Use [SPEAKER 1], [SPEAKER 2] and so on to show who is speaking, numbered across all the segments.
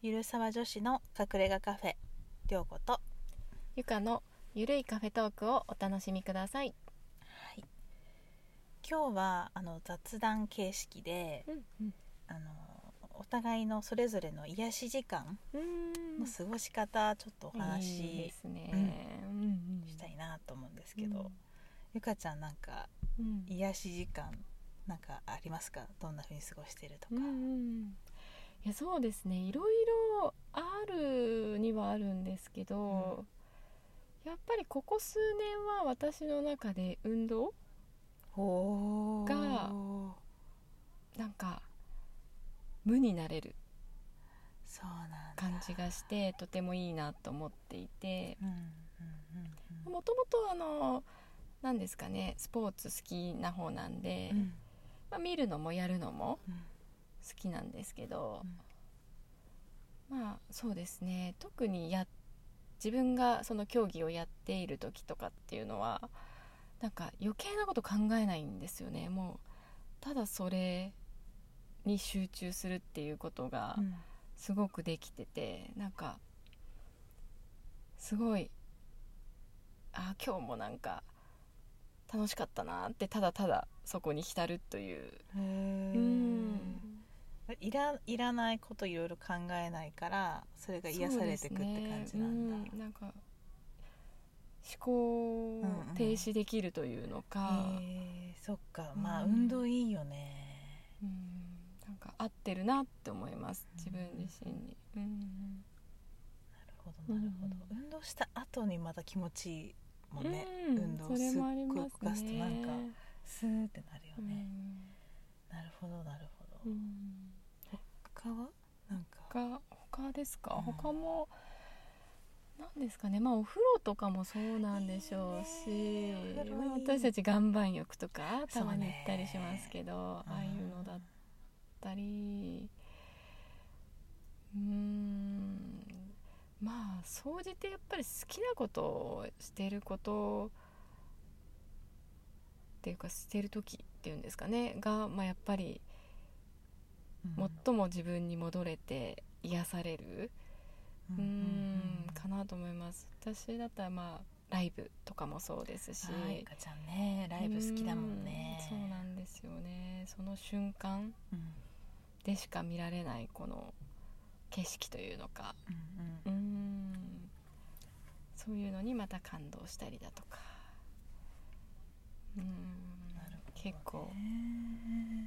[SPEAKER 1] ゆるさわ女子の隠れ家カフェりょうこと
[SPEAKER 2] ゆかのゆるいカフェトークをお楽しみください。
[SPEAKER 1] 今日はあの雑談形式で
[SPEAKER 2] うんうん。
[SPEAKER 1] あのお互いのそれぞれの癒し時間の過ごし方ちょっとお
[SPEAKER 2] いいで
[SPEAKER 1] 話
[SPEAKER 2] すね。うんうん
[SPEAKER 1] したいなと思うんですけど、
[SPEAKER 2] うん
[SPEAKER 1] ゆかちゃんなんか
[SPEAKER 2] うん
[SPEAKER 1] 癒し時間なんかありますかどんな風に過ごしてるとか、
[SPEAKER 2] うんうん。いやそうですね。いろいろあるにはあるんですけど、やっぱりここ数年は私の中で運動
[SPEAKER 1] ほー
[SPEAKER 2] がなんか無になれる
[SPEAKER 1] そうなんだ
[SPEAKER 2] 感じがしてとてもいいなと思っていて。
[SPEAKER 1] うんうんうんうん
[SPEAKER 2] もともとあの何ですかねスポーツ好きな方なんで、
[SPEAKER 1] うん
[SPEAKER 2] まあ、見るのもやるのも
[SPEAKER 1] うん
[SPEAKER 2] 好きなんですけど、まあそうですね特にや自分がその競技をやっている時とかっていうのはなんか余計なこと考えないんですよねもうただそれに集中するっていうことが
[SPEAKER 1] うん
[SPEAKER 2] すごくできててなんかすごいあ今日もなんか楽しかったなってただただそこに浸るという
[SPEAKER 1] へー
[SPEAKER 2] うん
[SPEAKER 1] いらいらないこといろいろ考えないからそれが癒されてくって感じなんだ、
[SPEAKER 2] そうですねうんなんか思考を停止できるというのか、
[SPEAKER 1] へーそっかまあ、
[SPEAKER 2] うん
[SPEAKER 1] 運動いいよね
[SPEAKER 2] うんなんか合ってるなって思います自分自身に、うん
[SPEAKER 1] なるほどなるほど、
[SPEAKER 2] う
[SPEAKER 1] 運動した後にまた気持ちいいもんね、
[SPEAKER 2] うん
[SPEAKER 1] 運動
[SPEAKER 2] それ
[SPEAKER 1] すっ
[SPEAKER 2] もあり
[SPEAKER 1] ご
[SPEAKER 2] ま
[SPEAKER 1] い動
[SPEAKER 2] す
[SPEAKER 1] かすとなんか
[SPEAKER 2] ね
[SPEAKER 1] スーってなるよ
[SPEAKER 2] う
[SPEAKER 1] ね、
[SPEAKER 2] ん
[SPEAKER 1] なるほどなるほど、
[SPEAKER 2] うん
[SPEAKER 1] 他はなんか
[SPEAKER 2] 他他ですか、
[SPEAKER 1] うん
[SPEAKER 2] 他も何ですかねまあお風呂とかもそうなんでしょうし
[SPEAKER 1] いいねお風呂いい
[SPEAKER 2] まあ私たち岩盤浴とか
[SPEAKER 1] そうね
[SPEAKER 2] たまに行ったりしますけど、
[SPEAKER 1] うん
[SPEAKER 2] ああいうのだったりうーんまあ総じてやっぱり好きなことをしてることっていうかしてる時っていうんですかねが、まあ、やっぱり
[SPEAKER 1] うん
[SPEAKER 2] 最も自分に戻れて癒される。
[SPEAKER 1] うん
[SPEAKER 2] う
[SPEAKER 1] うんん
[SPEAKER 2] かなと思います私だったらまあライブとかもそうですし
[SPEAKER 1] あーゆかちゃんねライブ好きだもんね
[SPEAKER 2] うんそうなんですよねその瞬間でしか見られないこの景色というのか
[SPEAKER 1] うんうんう
[SPEAKER 2] うんんそういうのにまた感動したりだとかうん
[SPEAKER 1] なるほどね
[SPEAKER 2] 結構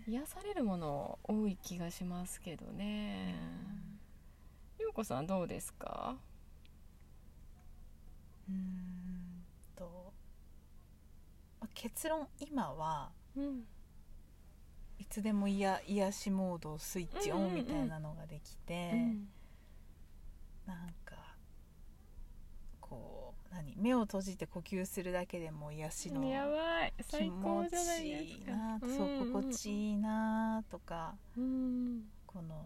[SPEAKER 2] 癒されるもの多い気がしますけどねゆうこさんどうですか
[SPEAKER 1] うーんとまあ結論今は
[SPEAKER 2] うん
[SPEAKER 1] いつでもいや癒しモードスイッチオ
[SPEAKER 2] うんう
[SPEAKER 1] ン
[SPEAKER 2] んうん
[SPEAKER 1] みたいなのができて、
[SPEAKER 2] うん
[SPEAKER 1] なんかこう何目を閉じて呼吸するだけでも癒しの
[SPEAKER 2] やばい
[SPEAKER 1] 気
[SPEAKER 2] 最高
[SPEAKER 1] 持
[SPEAKER 2] じゃない
[SPEAKER 1] ち
[SPEAKER 2] で
[SPEAKER 1] いい
[SPEAKER 2] すか
[SPEAKER 1] なそう心地いいなとか
[SPEAKER 2] うんうん
[SPEAKER 1] この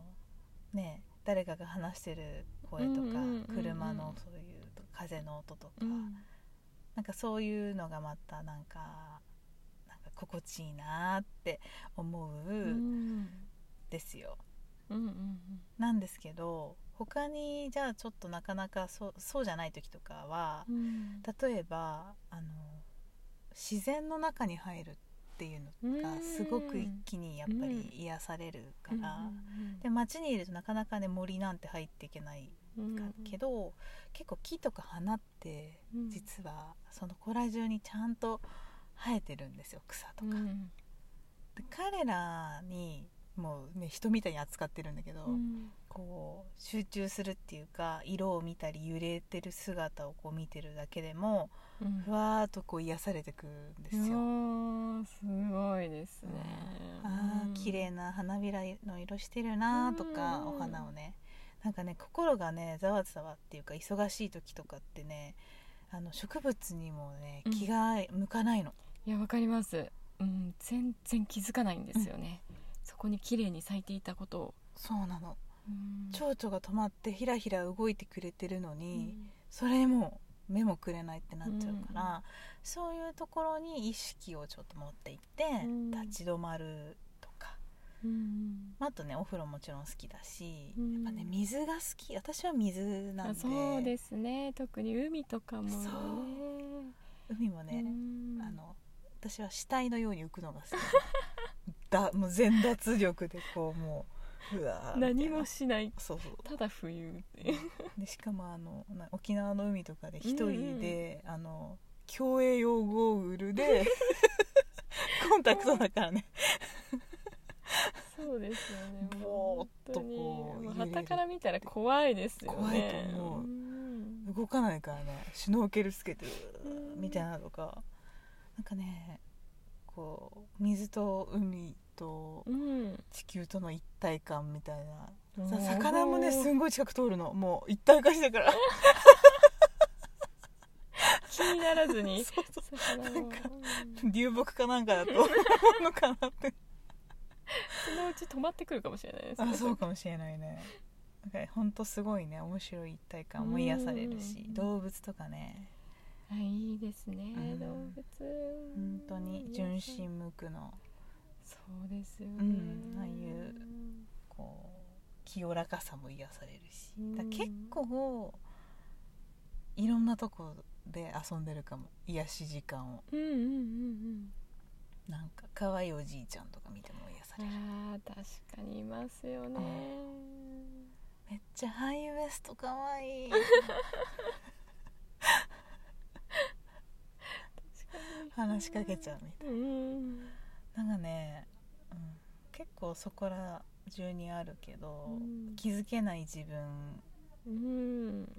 [SPEAKER 1] ね誰かが話してる声とか、
[SPEAKER 2] うんうんうんうん
[SPEAKER 1] 車のそういうと風の音とか、
[SPEAKER 2] うん
[SPEAKER 1] なんかそういうのがまたなんかなんか心地いいなって思
[SPEAKER 2] うんう
[SPEAKER 1] うんですよ。
[SPEAKER 2] うんうん
[SPEAKER 1] なんですけど他にじゃあちょっとなかなかそうそうじゃない時とかは
[SPEAKER 2] う、ん
[SPEAKER 1] 例えばあの自然の中に入るっていうのがすごく一気にやっぱり癒されるから。で街にいるとなかなかね森なんて入っていけない
[SPEAKER 2] うん
[SPEAKER 1] かけど、結構木とか花って
[SPEAKER 2] うん
[SPEAKER 1] 実はその子ら中にちゃんと生えてるんですよ草とか、
[SPEAKER 2] うん
[SPEAKER 1] で彼らにもうね人みたいに扱ってるんだけど、
[SPEAKER 2] うん
[SPEAKER 1] こう集中するっていうか色を見たり揺れてる姿をこう見てるだけでも
[SPEAKER 2] うん
[SPEAKER 1] ふわーっとこう癒されてくるんです
[SPEAKER 2] いや
[SPEAKER 1] よ。
[SPEAKER 2] ーすごいですね
[SPEAKER 1] あ
[SPEAKER 2] う
[SPEAKER 1] ー
[SPEAKER 2] ん
[SPEAKER 1] 綺麗な花びらの色してるなとか、
[SPEAKER 2] うん
[SPEAKER 1] お花をねなんかね心がねざわざわっていうか忙しい時とかってねあの植物にもね
[SPEAKER 2] うん
[SPEAKER 1] 気が向かないの、
[SPEAKER 2] いやわかりますうん全然気づかないんですよねそこに綺麗に咲いていたことを
[SPEAKER 1] そうなの
[SPEAKER 2] うん
[SPEAKER 1] 蝶々が止まってひらひら動いてくれてるの
[SPEAKER 2] う
[SPEAKER 1] に、
[SPEAKER 2] ん
[SPEAKER 1] それも目もくれないってなっちゃうから、そういうところに意識をちょっと持っていって、
[SPEAKER 2] うん
[SPEAKER 1] 立ち止まるとか
[SPEAKER 2] うん
[SPEAKER 1] まああとねお風呂もちろん好きだし、
[SPEAKER 2] うん
[SPEAKER 1] やっぱね水が好き私は水なん
[SPEAKER 2] あ
[SPEAKER 1] で
[SPEAKER 2] そうですね特に海とかもね
[SPEAKER 1] 海もね
[SPEAKER 2] う、ん
[SPEAKER 1] あの私は死体のように浮くのが好き だもう全脱力でこうもううわーみたいな
[SPEAKER 2] 何もしない
[SPEAKER 1] そうそう
[SPEAKER 2] ただ冬
[SPEAKER 1] でしかもあのな沖縄の海とかで一人で、あの競泳用ゴーグル でコンタクトだからね
[SPEAKER 2] そうですよ ね
[SPEAKER 1] ぼーっとこう
[SPEAKER 2] 本当にもう
[SPEAKER 1] 揺れる
[SPEAKER 2] 旗から見たら怖いですよね
[SPEAKER 1] 怖いと思うん動かないからねシュノーケルつけてうー
[SPEAKER 2] うん
[SPEAKER 1] みたいなのとかなんかねこう水と海と
[SPEAKER 2] うん
[SPEAKER 1] 地球との一体感みたいな
[SPEAKER 2] お
[SPEAKER 1] さ
[SPEAKER 2] ー
[SPEAKER 1] 魚もねすんごい近く通るのもう一体化してから
[SPEAKER 2] 気にならずに
[SPEAKER 1] そうそう
[SPEAKER 2] 魚もうん
[SPEAKER 1] 流木かなんか だと思うのかなって
[SPEAKER 2] そのうち止まってくるかもしれないですね
[SPEAKER 1] あそうかもしれないねなんかほんとすごいね面白い一体感も癒されるし
[SPEAKER 2] うん
[SPEAKER 1] 動物とかね
[SPEAKER 2] あいいですね、
[SPEAKER 1] うん
[SPEAKER 2] 動物
[SPEAKER 1] 本当に純真無垢の
[SPEAKER 2] そうですよね、
[SPEAKER 1] うんああいうこう清らかさも癒されるし
[SPEAKER 2] うん
[SPEAKER 1] だから結構いろんなとこで遊んでるかも癒し時間を
[SPEAKER 2] うんうんうん
[SPEAKER 1] なんか可愛いおじいちゃんとか見ても癒さ
[SPEAKER 2] う
[SPEAKER 1] れる
[SPEAKER 2] んあー確かにいますよね
[SPEAKER 1] めっちゃハイウエスト可愛い 話しかけちゃうみたい
[SPEAKER 2] うん
[SPEAKER 1] なんかね、うん、結構そこら中にあるけど、
[SPEAKER 2] うん
[SPEAKER 1] 気づけない自分
[SPEAKER 2] うん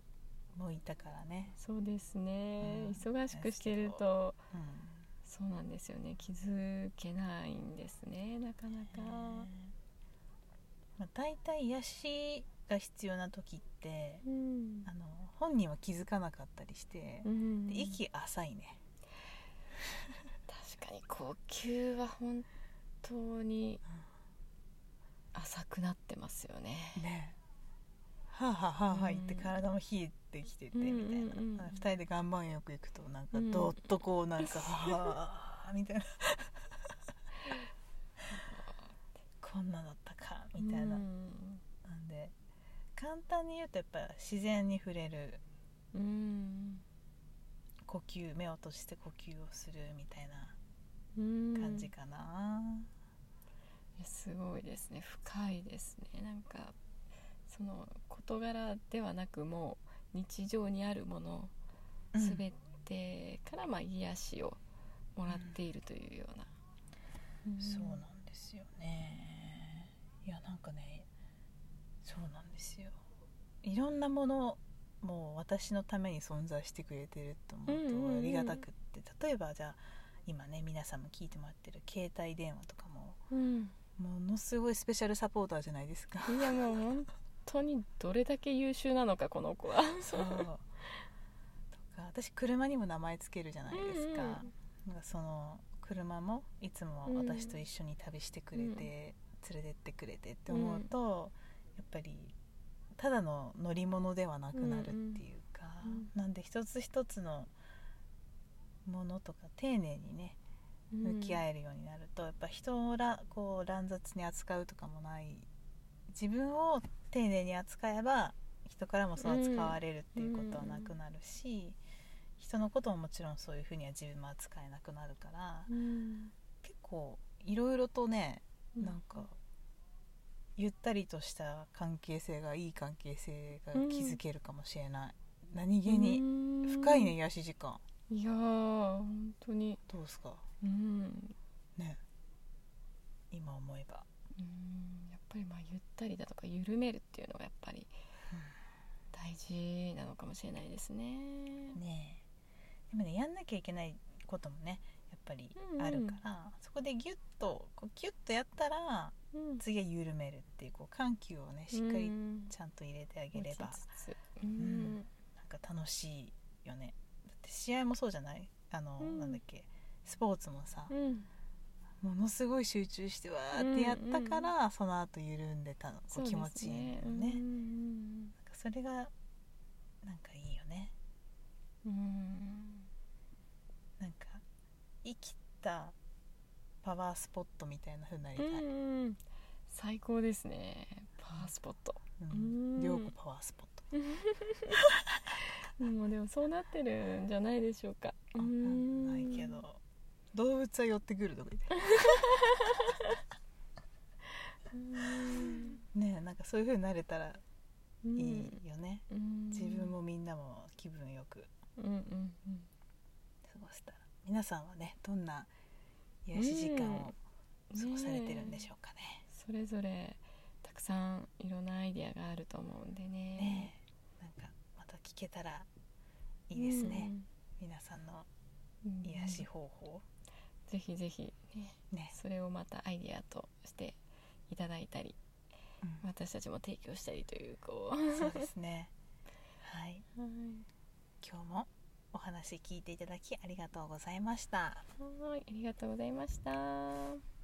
[SPEAKER 1] もいたからね、
[SPEAKER 2] そうですね、
[SPEAKER 1] うん
[SPEAKER 2] 忙しくしてると
[SPEAKER 1] うん
[SPEAKER 2] そうなんですよね気づけないんですねなかなか、
[SPEAKER 1] まあ、大体癒しが必要な時って
[SPEAKER 2] うん
[SPEAKER 1] あの本人は気づかなかったりして、
[SPEAKER 2] うん
[SPEAKER 1] で息浅いね、
[SPEAKER 2] 確かに呼吸は本当に浅くなってますよね
[SPEAKER 1] ねはあ、はあはあはあ、
[SPEAKER 2] うん
[SPEAKER 1] 言って体も冷えてきてて
[SPEAKER 2] うんうんうん
[SPEAKER 1] みたいな、二2人で岩盤浴行くとなんか
[SPEAKER 2] うん
[SPEAKER 1] どっとこうなん か、はあみたいなこんなだったかみたいな、
[SPEAKER 2] うん
[SPEAKER 1] なんで簡単に言うとやっぱ自然に触れる
[SPEAKER 2] うん
[SPEAKER 1] 呼吸目を閉じて呼吸をするみたいな
[SPEAKER 2] うん
[SPEAKER 1] 感じかな、
[SPEAKER 2] いやすごいですね深いですねなんかその事柄ではなくもう日常にあるもの
[SPEAKER 1] うん
[SPEAKER 2] 全てからまあ癒しをもらっているというような、ん
[SPEAKER 1] そうなんですよねいやなんかねそうなんですよいろんなものもう私のために存在してくれてると
[SPEAKER 2] うんうん
[SPEAKER 1] 思
[SPEAKER 2] う
[SPEAKER 1] う
[SPEAKER 2] ん
[SPEAKER 1] とありがたくって、例えばじゃあ今ね皆さんも聞いてもらってる携帯電話とかも
[SPEAKER 2] うん
[SPEAKER 1] ものすごいスペシャルサポーターじゃないですか
[SPEAKER 2] いやもう本当にどれだけ優秀なのかこの子は
[SPEAKER 1] そうとか私車にも名前つけるじゃないですか、
[SPEAKER 2] うんうん
[SPEAKER 1] なんかその車もいつも私と一緒に旅してくれて、
[SPEAKER 2] うん
[SPEAKER 1] 連れてってくれてって思うと、やっぱりただの乗り物ではなくなるっていうか、
[SPEAKER 2] うんうん
[SPEAKER 1] なんで一つ一つのものとか丁寧にね向き合
[SPEAKER 2] え
[SPEAKER 1] えるようになると、やっぱ人をらこう乱雑に扱うとかもない自分を丁寧に扱えば人からもそう扱われるっていうことはなくなるし、人のことももちろんそういうふうには自分も扱えなくなるから、
[SPEAKER 2] うん
[SPEAKER 1] 結構いろいろとね
[SPEAKER 2] うん
[SPEAKER 1] なんかゆったりとした関係性がいい関係性が築けるかもしれない、何気に深いね癒し時間
[SPEAKER 2] いやー本当に
[SPEAKER 1] どうですか
[SPEAKER 2] うん
[SPEAKER 1] ね今思えば。
[SPEAKER 2] うんやっぱりまあゆったりだとか緩めるっていうのがやっぱり大事なのかもしれないですね。
[SPEAKER 1] ねえでもねやんなきゃいけないこともねやっぱりあるから、そこでギュッとこうギュッとやったら
[SPEAKER 2] うん
[SPEAKER 1] 次は緩めるっていうこう緩急をねしっかりちゃんと入れてあげれば、
[SPEAKER 2] 持ちつつうん
[SPEAKER 1] なんか楽しいよねだって試合もそうじゃないあの、
[SPEAKER 2] うん
[SPEAKER 1] なんだっけスポーツもさ
[SPEAKER 2] う、ん
[SPEAKER 1] ものすごい集中してわーってやったから、その後緩んでたのこ
[SPEAKER 2] そうう
[SPEAKER 1] 気持ちいいんだよね
[SPEAKER 2] ですうん
[SPEAKER 1] なんかそれがなんかいいよね
[SPEAKER 2] うん
[SPEAKER 1] なんか生きたパワースポットみたいな風になり
[SPEAKER 2] う
[SPEAKER 1] たい、
[SPEAKER 2] んうん最高ですねパワースポット
[SPEAKER 1] うん
[SPEAKER 2] うん
[SPEAKER 1] 涼子パワースポット
[SPEAKER 2] もうでもそうなってるんじゃないでしょうか
[SPEAKER 1] あないけど動物は寄ってくるとか言って
[SPEAKER 2] うん
[SPEAKER 1] ねえなんかそういう風になれたら
[SPEAKER 2] うん
[SPEAKER 1] いいよね、
[SPEAKER 2] うん
[SPEAKER 1] 自分もみんなも気分よく
[SPEAKER 2] うんうんうん
[SPEAKER 1] 過ごせたら皆さんはねどんな癒し時間を過ごされてるんでしょうかね,、
[SPEAKER 2] それぞれたくさんいろんなアイディアがあると思うんでね
[SPEAKER 1] ねえなんかまた聞けたらいいですね、皆さんの
[SPEAKER 2] うん、うん
[SPEAKER 1] 癒し方法、
[SPEAKER 2] ぜひぜひ、ね、
[SPEAKER 1] ね、
[SPEAKER 2] それをまたアイディアとしていただいたり
[SPEAKER 1] うん
[SPEAKER 2] 私たちも提供したりというこう、
[SPEAKER 1] そうですねはい今日もお話聞いていただきありがとうございました
[SPEAKER 2] はい、はいありがとうございました。